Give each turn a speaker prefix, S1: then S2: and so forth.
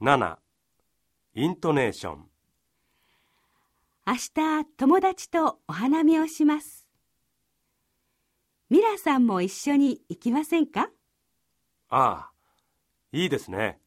S1: 7. イントネーション
S2: 明日友達とお花見をします。ミラさんも一緒に行きませんか
S1: ああ、いいですね。